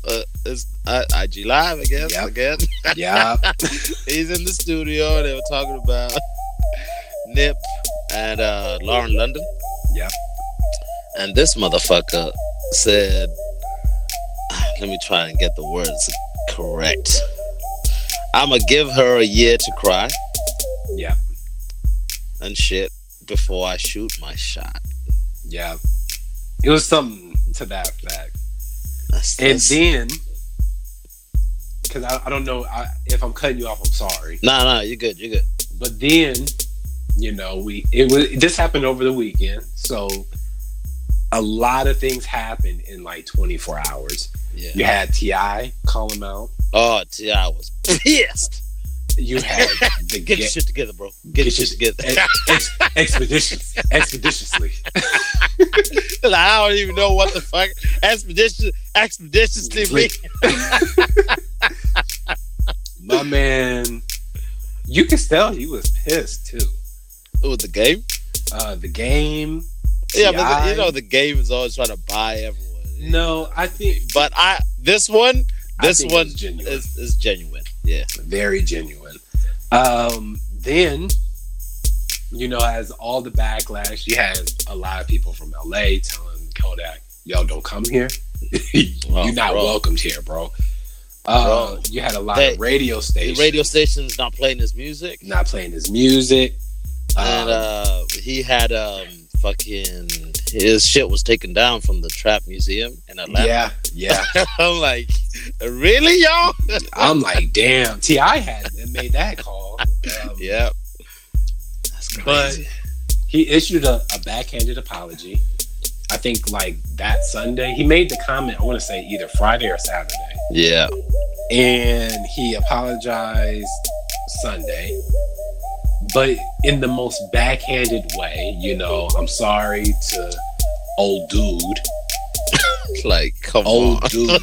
uh, it's, uh, IG Live, I guess.
Yep.
Again,
Yeah,
he's in the studio. They were talking about Nip and uh, Lauren London.
yeah.
And this motherfucker said, "Ah, let me try and get the words correct. I'm going to give her a year to cry
Yeah,
and shit before I shoot my shot.
yeah. It was something to that fact.
That's,
And
that's-
then, because I, I don't know I, if I'm cutting you off, I'm sorry.
nah, nah, you're good. You're good.
But then, you know, we it was this happened over the weekend, so a lot of things happened in like 24 hours.
Yeah.
You had Ti call him out.
Oh, T.I. was pissed.
You had the
Get your
ga-
shit together, bro. Get, your shit together.
ex- expeditious, expeditiously.
Like, I don't even know what the fuck. Expedition, expeditiously. me.
My man, you could tell he was pissed too.
With the game?
Uh, the game.
Yeah, but the- you
TI.
know, the game is always trying to buy everyone.
No, I think
But I, this one,
I
this
think it
one
was genuine.
is, is genuine. Yeah.
very genuine. Um, then, you know, as all the backlash, you had a lot of people from LA telling Kodak, "Yo, don't come here.
Oh,
You're not
bro.
welcomed here, bro." Uh,
Bro.
you had a lot
They-
of radio
the
stations
radio station's not playing his music,
not playing his music.
and
Um,
uh, he had um fucking his shit was taken down from the Trap Museum in Atlanta.
Yeah, yeah.
I'm like, really, y'all?
I'm like, damn. Ti had made that call. Um,
yeah.
But
Crazy.
he issued a, a backhanded apology. I think like that Sunday, he made the comment. I want to say either Friday or Saturday,
Yeah.
and he apologized Sunday, but in the most backhanded way. You know, I'm sorry to old dude,
Like, come
old
on.
dude,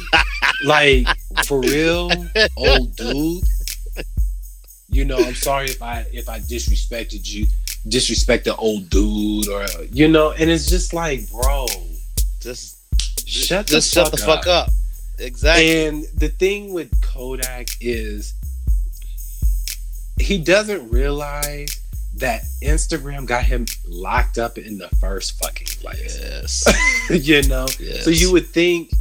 like for real, old dude. You know, I'm sorry if I if I disrespected you, disrespect the old dude, or you know, and it's just like, bro,
Just
shut the,
just shut the fuck up. Exactly.
And the thing with Kodak is he doesn't realize that Instagram got him locked up in the first fucking place.
yes.
you know?
Yes.
So you would think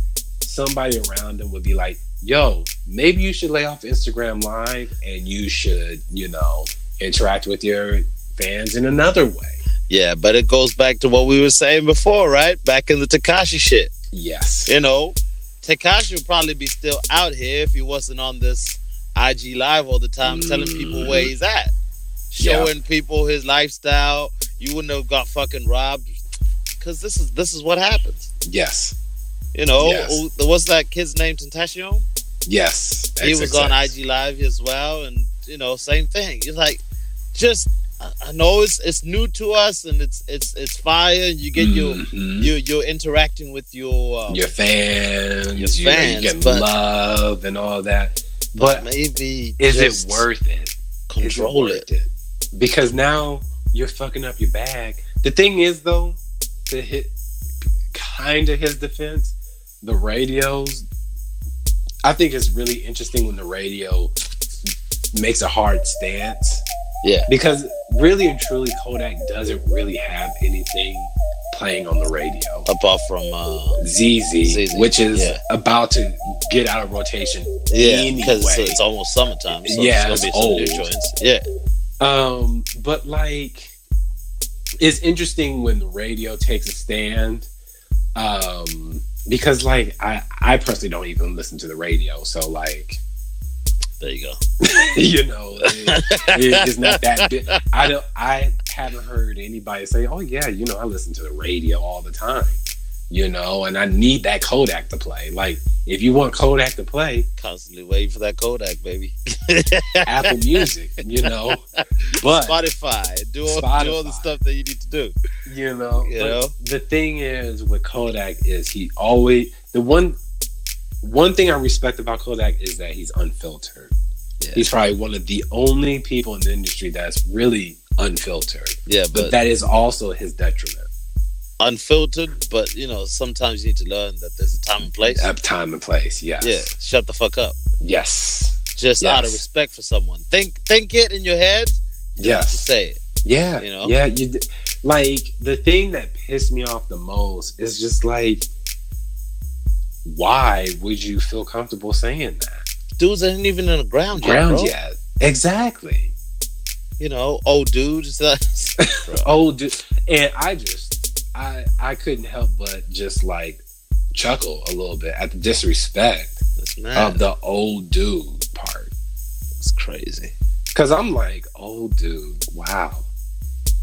somebody around him would be like, yo, maybe you should lay off Instagram Live and you should, you know, interact with your fans in another way.
Yeah, but it goes back to what we were saying before, right? Back in the Takashi shit.
Yes.
you know, Takashi would probably be still out here if he wasn't on this IG live all the time, telling people where he's at,
Mm-hmm. Yeah.
showing people his lifestyle. You wouldn't have got fucking robbed because this is this is what happens.
Yes.
You know,
Yes.
Oh, what's that kid's name? Tentacion.
Yes.
He was on
XXX.
IG live as well, and you know, same thing. You're like, just I- I know it's it's new to us, and it's it's it's fire. And you get your
Mhm.
you you're interacting with your um,
your fans,
Your
you know,
fans,
you get
but-
love and all that. But
maybe
is
just
it worth it? Is it
Control it.
worth it? Because now you're fucking up your bag. The thing is, though, to hit kind of his defense, the radios. I think it's really interesting when the radio makes a hard stance.
Yeah.
Because really and truly, Kodak doesn't really have anything playing on the radio.
apart from uh
ZZ,
ZZ,
which is
Oh. yeah.
about to get out of rotation
yeah
anyway.
because it's, it's almost summertime so
Yeah,
it's
it's
gonna be some new
old.
joints yeah
Um, but like, it's interesting when the radio takes a stand, um, because like I I personally don't even listen to the radio, so like
there you go
you know it- it- it's not that big. I don't I haven't heard anybody say, oh yeah, you know I listen to the radio all the time, you know, and I need that Kodak to play. Like if you want Kodak to play.
constantly waiting for that kodak baby
Apple Music, you know. But
spotify do all, do all the
Spotify.
stuff that you need to do
you know,
You
but
know?
the thing is with Kodak is he always the one one thing I respect about Kodak is that he's unfiltered.
Yeah.
He's probably one of the only people in the industry that's really unfiltered.
yeah
But,
but
that is also his detriment
unfiltered but you know sometimes you need to learn that there's a time and place
at time and place. Yes.
yeah shut the fuck up
Yes.
just out of
Yes.
respect for someone think think it in your head just
Yes.
say it
Yeah,
You know?
yeah. You d- like the thing that pissed me off the most is just like, why would you feel comfortable saying that?
dudes ain't even in the ground yet,
Ground
bro.
yet? Exactly.
you know old dude it's like-
Oh, dude. and I just, I, I couldn't help but just like chuckle a little bit at the disrespect
it's mad.
of the old dude part,
it's crazy
because I'm like, old dude, wow.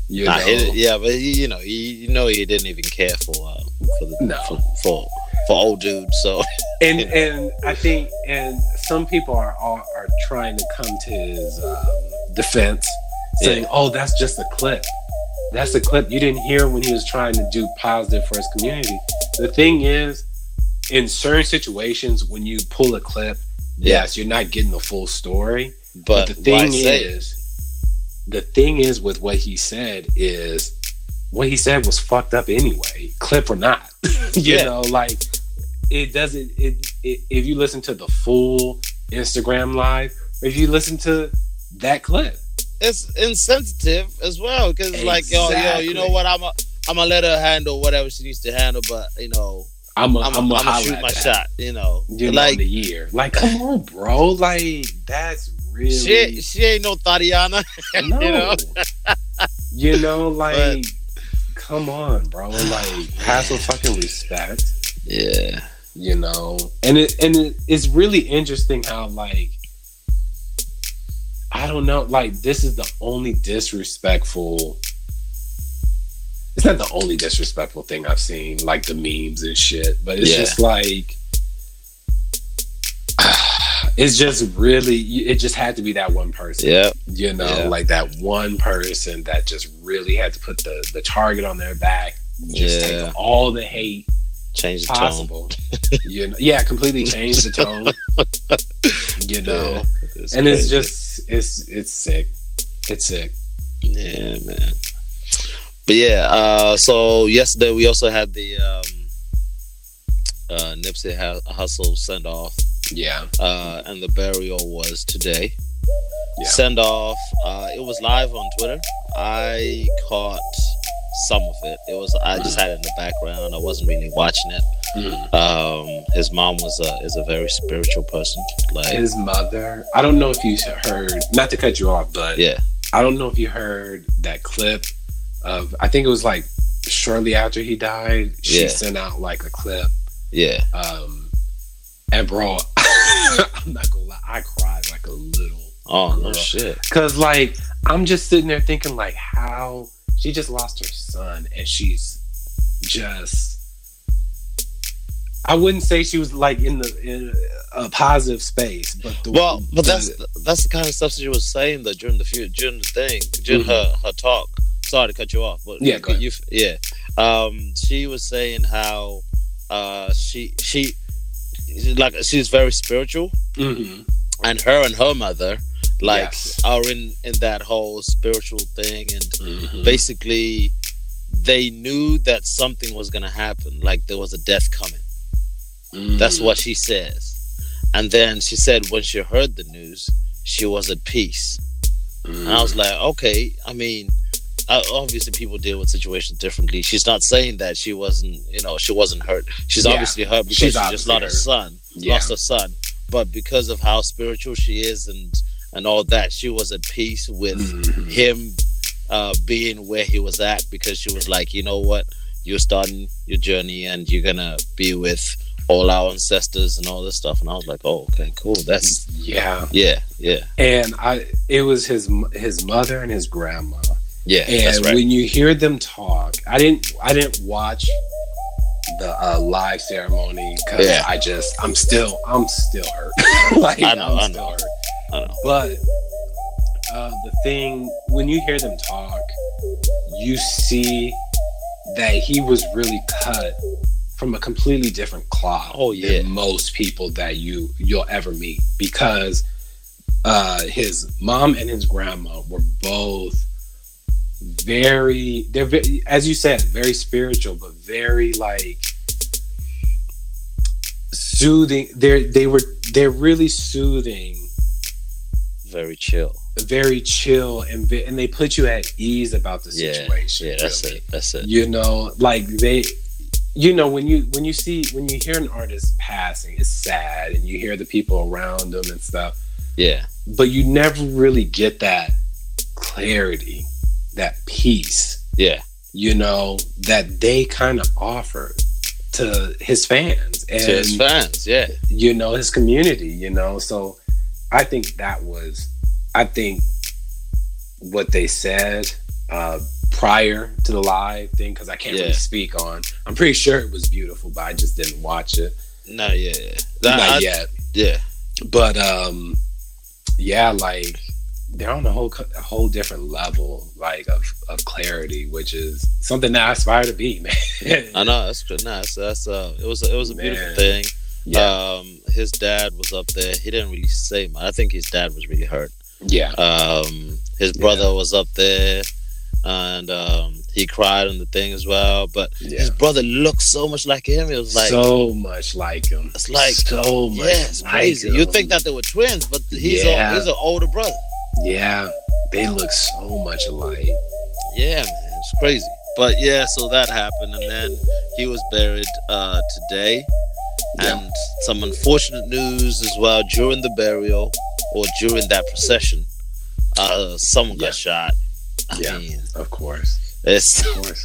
You
Nah,
know?
he- yeah, but he, you know, he, you know, he didn't even care for uh, for, the,
No.
for for for old dude. So
and
Yeah.
and I think and some people are are, are trying to come to his um, defense, saying,
Yeah.
"Oh, that's just a clip. That's a clip you didn't hear when he was trying to do positive for his community." The thing is, in certain situations, when you pull a clip,
Yeah.
yes, you're not getting the full story.
but,
But, the
why
thing
say it?
is, the thing is with what he said is what he said was fucked up anyway, clip or not. you
Yeah.
know, like it doesn't. It, it if you listen to the full Instagram live, or if you listen to that clip,
it's insensitive as well because like yo yo, you know
Exactly.
what? I'm a I'm gonna let her handle whatever she needs to handle, but you know,
I'm a,
I'm
I'm
gonna
a
shoot my shot. You know,
You know, in
like
the year, like come on, bro, like that's really
she she ain't no Tatiana.
no.
know?
You know, like come on, bro. Like, have some fucking respect.
Yeah.
you know and it and it, it's really interesting how like i don't know like this is the only disrespectful it's not the only disrespectful thing i've seen like the memes and shit but it's
Yeah.
just like it's just really it just had to be that one person
Yeah.
you know
Yeah.
like that one person that just really had to put the the target on their back just
Yeah.
take all the hate
Change the tone.
possible. you know, yeah, completely change the tone. you know,
Yeah,
and it's
crazy.
just it's it's sick. It's sick.
Yeah, man. But yeah, uh, so yesterday we also had the um, uh, Nipsey Ha- Hustle send off,
Yeah,
uh, and the burial was today.
Yeah.
Send off. Uh, it was live on Twitter. I caught some of it. It was I just had it in the background. I wasn't really watching it.
Mm.
Um, his mom was a is a very spiritual person. Like
his mother. I don't know if you heard. Not to cut you off, but
yeah,
I don't know if you heard that clip of. I think it was like shortly after he died. She
Yeah.
sent out like a clip.
yeah,
Um, and bro, I'm not gonna lie. I cried like a little
oh no
Girl.
shit,
Cause like I'm just sitting there thinking like how she just lost her son and she's just I wouldn't say she was like in the in a positive space, but the,
Well, but that's
the-
that's the kind of stuff she was saying though during the few, during the thing during her her talk. Sorry to cut you off, but
Mm-hmm. Yeah, go ahead.
you, yeah. Um, she was saying how uh she she like she's very spiritual,
Mhm.
and her and her mother like
Yes.
are in in that whole spiritual thing, and
Mhm.
basically they knew that something was gonna happen, like there was a death coming.
Mhm.
That's what she says. And then she said when she heard the news, she was at peace.
Mm-hmm.
And I was like, okay, I mean, uh, obviously people deal with situations differently. She's not saying that she wasn't, you know, she wasn't hurt. She's
Yeah.
obviously hurt because she
She's
just
obviously
lost her
hurt.
son,
Yeah.
lost her son. But because of how spiritual she is and and all that, she was at peace with
Mhm.
him uh, being where he was at because she was like, you know what, you're starting your journey and you're gonna be with all our ancestors and all this stuff. And I was like, oh, okay, cool. That's
yeah,
yeah, yeah,
and I it was his m- his mother and his grandma.
yeah. that's
And
right.
when you hear them talk, I didn't I didn't watch the uh, live ceremony because
Yeah.
I just I'm still I'm still hurt. like
I know,
I'm
I
still
know.
hurt.
I know.
But uh, the thing when you hear them talk, you see that he was really cut from a completely different cloth
Oh, yeah.
than most people that you you'll ever meet because uh, his mom and his grandma were both very they're very, as you said very spiritual but very like soothing they're they were they're really soothing
Very chill.
very chill and ve- and they put you at ease about the
Yeah,
situation.
Yeah, that's
really.
it. That's it.
You know, like they you know when you when you see when you hear an artist passing, it's sad and you hear the people around them and stuff,
Yeah,
but you never really get that clarity, that peace,
yeah,
you know, that they kind of offer to his fans and
to his fans. Yeah,
you know his community you know so i think that was i think what they said uh prior to the live thing because i can't
Yeah.
really speak on i'm pretty sure it was beautiful but i just didn't watch it
no, yeah, yeah. That-
not
I-
yet
yeah,
but um yeah like they're on a whole co- a whole different level like of, of clarity which is something that i aspire to be man
I know. That's good. Nice. That's uh, it was a, it was a beautiful
Man.
thing.
yeah
Um, his dad was up there. He didn't really say much. I think his dad was really hurt.
yeah
Um, his brother was up there, and um, he cried on the thing as well. But
yeah
his brother looked so much like him. It was like,
so much like him
It's like-
so much
yeah, it's
like
crazy.
him.
You think that they were twins, but he's
Yeah.
a, he's an older brother.
Yeah, they look so much alike.
Yeah, man, it's crazy. But yeah, so that happened, and then he was buried uh, today,
Yeah.
and some unfortunate news as well during the burial or during that procession. Uh, someone
Yeah.
got shot. I
Yeah.
mean,
Of course,
it's
of course.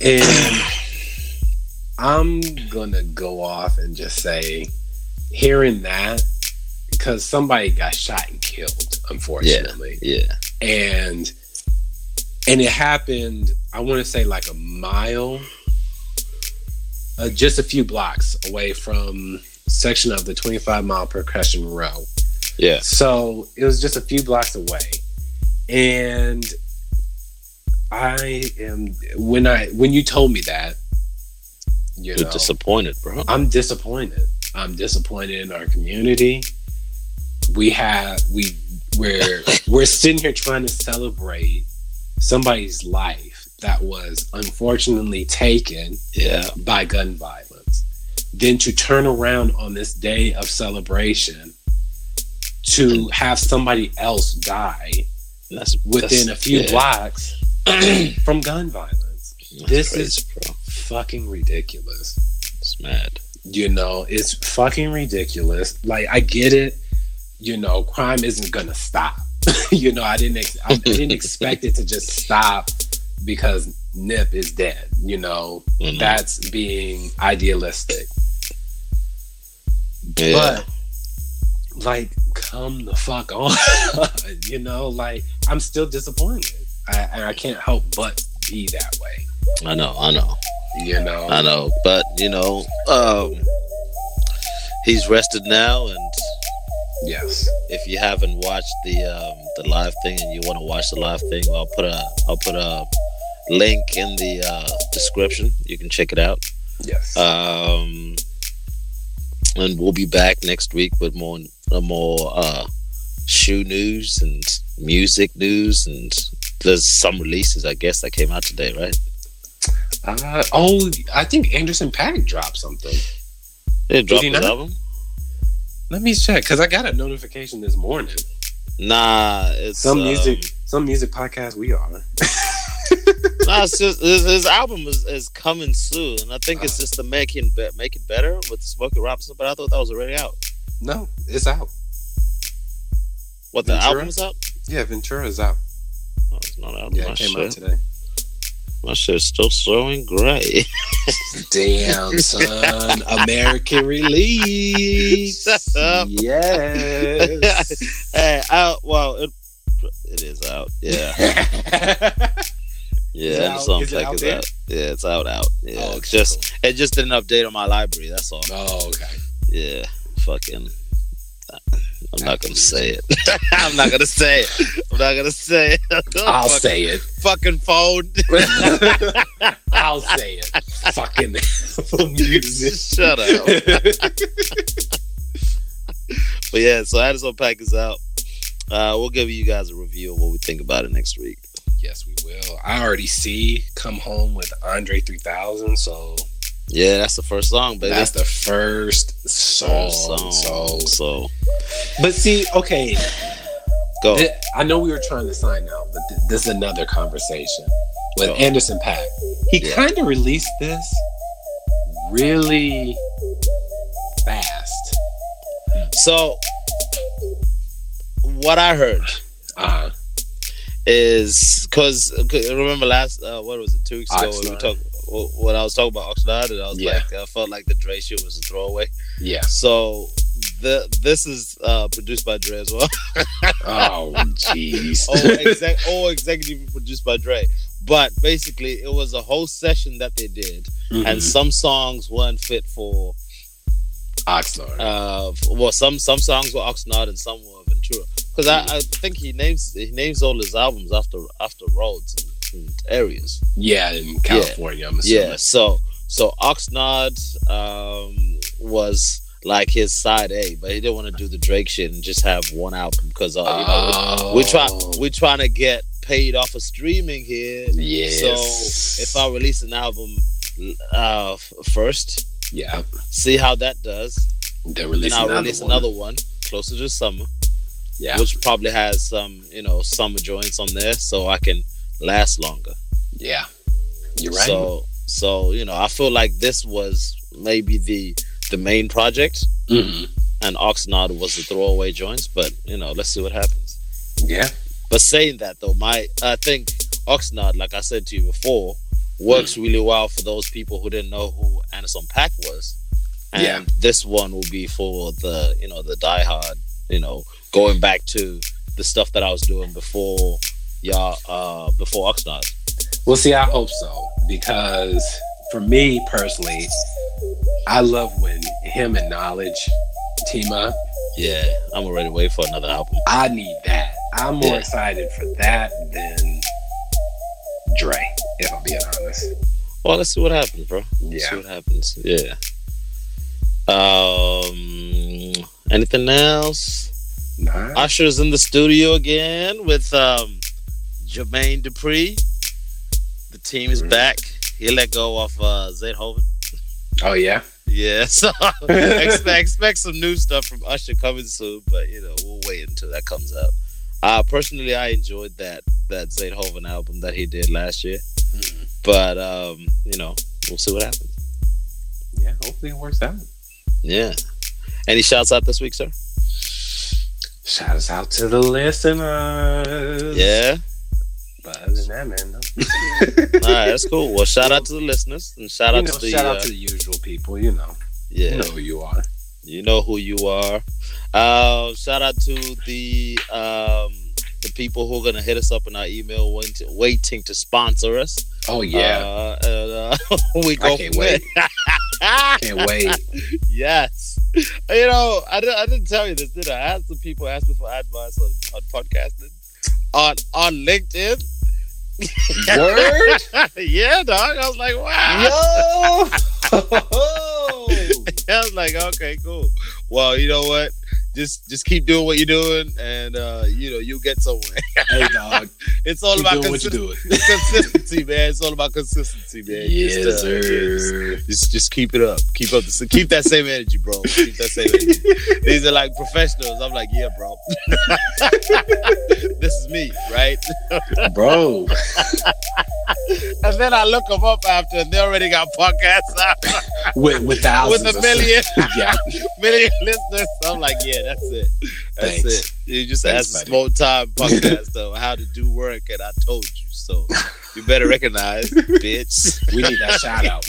And I'm gonna go off and just say, hearing that, because somebody got shot and killed, unfortunately,
Yeah.
and and it happened. I want to say like a mile, uh, just a few blocks away from section of the 25 mile percussion row.
Yeah.
So it was just a few blocks away, and I am when I when you told me that, you
You're
know,
disappointed, bro.
I'm disappointed. I'm disappointed in our community. We have we we're we're sitting here trying to celebrate somebody's life that was unfortunately taken
Yeah.
by gun violence. Then to turn around on this day of celebration to have somebody else die
That's
within a
that's-
few
yeah.
blocks from gun violence.
That's
This
crazy,
is
bro.
fucking ridiculous.
It's mad.
You know, it's fucking ridiculous. Like I get it. You know, crime isn't gonna stop. you know, I didn't ex- I didn't expect it to just stop because Nip is dead. You know,
Mhm.
that's being idealistic.
yeah.
But like, come the fuck on. you know, like I'm still disappointed. I, I- I can't help but be that way.
I know. I know.
You know.
I know, but you know, um, he's rested now, and
Yes.
if you haven't watched the um, the live thing and you want to watch the live thing, I'll put a I'll put a link in the uh, description. You can check it out.
Yes.
Um, and we'll be back next week with more uh, more uh, shoe news and music news, and there's some releases I guess that came out today, right?
Uh, oh, I think Anderson Pack dropped something.
They dropped
he
an
not?
album.
Let me check because I got a notification this morning.
Nah, it's
Some
um,
music, some music podcast. We are.
no, it's just his, his album is, is coming soon, and I think it's just the making be- make it better with Smokey Robinson. But I thought that was already out.
No, it's out.
What the
Ventura?
album's out?
Yeah, Ventura is out.
No, it's not out.
Yeah,
my
it came
shit,
out today.
my shit's still showing gray.
Damn, son, American release.
Shut up.
Yes.
hey, out. Well, it, it is out. Yeah,
Is it
yeah.
out-
So I'm
is it
like,
out
it's
there?
out. Yeah, it's out. Out. Yeah.
Oh,
it's
okay,
just it just didn't update on my library. That's all.
oh, okay.
Yeah. Fucking. I'm not gonna say it. I'm not gonna say it. I'm not gonna say it.
I'll
Fuck
say it.
fucking phone.
I'll say it. Fucking music.
Shut up. But yeah, so Addison Pack is out. Uh, we'll give you guys a review of what we think about it next week.
yes, we will. I already see "Come Home" with Andre 3000, so
Yeah, that's the first song, baby.
that's the first song.
First
So,
so
but see, okay,
go.
th- Oh. I know we were trying to sign out, but th- this is another conversation with
Go.
Anderson Pack. He
Yeah.
kind of released this really fast.
So what I heard
Uh,
is because remember last uh, what was it two weeks ago when we
Oxnard.
talked when I was talking about Oxnard and I was
Yeah.
like I felt like the Dre shit was a throwaway.
yeah.
So the this is uh, produced by Dre as well.
Oh, jeez.
all, exec- all executive produced by Dre. But basically, it was a whole session that they did, and
Mhm.
some songs weren't fit for.
Oxnard.
Uh, f- well, some some songs were Oxnard and some were Ventura, because I, I think he names he names all his albums after after roads and, and areas.
yeah, in California, I'm assuming.
Yeah, so so Oxnard um, was like his side A, but he didn't want to do the Drake shit and just have one album because uh, you know
Oh,
we try we're trying to get paid off of streaming here
Yes.
so if i release an album uh f- first
yeah,
see how that does
then
then
release
i'll
another
release
one.
another one closer to summer
Yeah,
which probably has some you know summer joints on there so i can last longer
yeah. You're right.
so so you know i feel like this was maybe the the main project
Mhm.
and oxnard was the throwaway joints but you know let's see what happens
Yeah.
But saying that though, my I think Oxnard, like I said to you before,
Mm.
works really well for those people who didn't know who Anderson Pack was. And
Yeah.
this one will be for the you know the diehard, you know, going back to the stuff that I was doing before y'all uh before Oxnard.
Well, see, I hope so because for me personally, I love when him and Knowledge team up.
Yeah, I'm already waiting for another album.
I need that. I'm more
Yeah.
excited for that than Dre, if I'm being honest.
Well, let's see what happens, bro. Let's see
Yeah.
what happens. Yeah. Um anything else?
Nah.
Usher's in the studio again with um, Jermaine Dupree. The team is
Mhm.
back. He let go of uh, Zaytoven.
Oh yeah.
Yeah, so expect, expect some new stuff from Usher coming soon, but you know we'll wait until that comes out. Uh, personally, I enjoyed that that Zaytoven album that he did last year, Mm-hmm.
Mhm.
but um, you know we'll see what happens.
Yeah. Hopefully it works out.
Yeah. Any shouts out this week, sir?
Shout us out to the listeners.
Yeah.
But other than that, man. No.
All right, that's cool. Well, shout out to the listeners and shout
You
out
know,
to the
shout
uh,
out to the usual people. You know.
yeah.
You know who you are.
You know who you are. Uh, shout out to the um, the people who are gonna hit us up in our email, wait- waiting to sponsor us.
Oh yeah.
uh, and, uh, we go.
I can't
from
wait.
there.
Can't wait.
yes, you know I, di- I didn't tell you this, did I? I had some people ask me for advice on, on podcasting on on LinkedIn.
Word.
yeah, dog. I was like, wow.
Yo.
I was like, okay, cool. Well, you know what? Just just keep doing what you're doing, and uh, you know you'll get somewhere.
hey dog.
It's all
keep
about
doing what you
consistency,
doing.
consistency, man. It's all about consistency, man. Just, uh, yeah, just- Just, just keep it up. Keep up. The, keep that same energy, bro. Keep that same energy. These are like professionals. I'm like, yeah, bro. this is me, right?
bro.
And then I look them up after, and they already got podcasts out
With, with thousands.
with a
of-
million.
yeah.
million listeners. I'm like, yeah, that's it. That's
Thanks.
it. You just
Thanks,
asked a small
buddy.
time podcast though how to do work, and I told you so. You better recognize, bitch.
We need that shout out.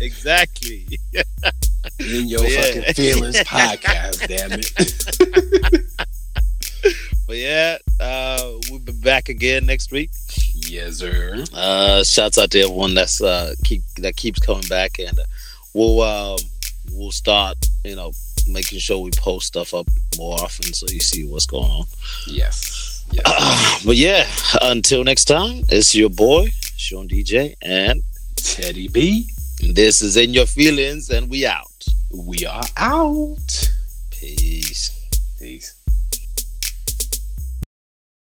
Exactly.
In your
Yeah.
fucking feelings podcast, damn it.
But yeah, uh, we'll be back again next week.
Yes, sir.
Uh, shouts out to everyone that's uh, keep that keeps coming back, and uh, we'll um, we'll start you know making sure we post stuff up more often so you see what's going on.
Yes. yes.
but yeah, until next time, it's your boy Sean DJ, and
Teddy B,
this is in your feelings, and we out.
we are out.
Peace.
Peace.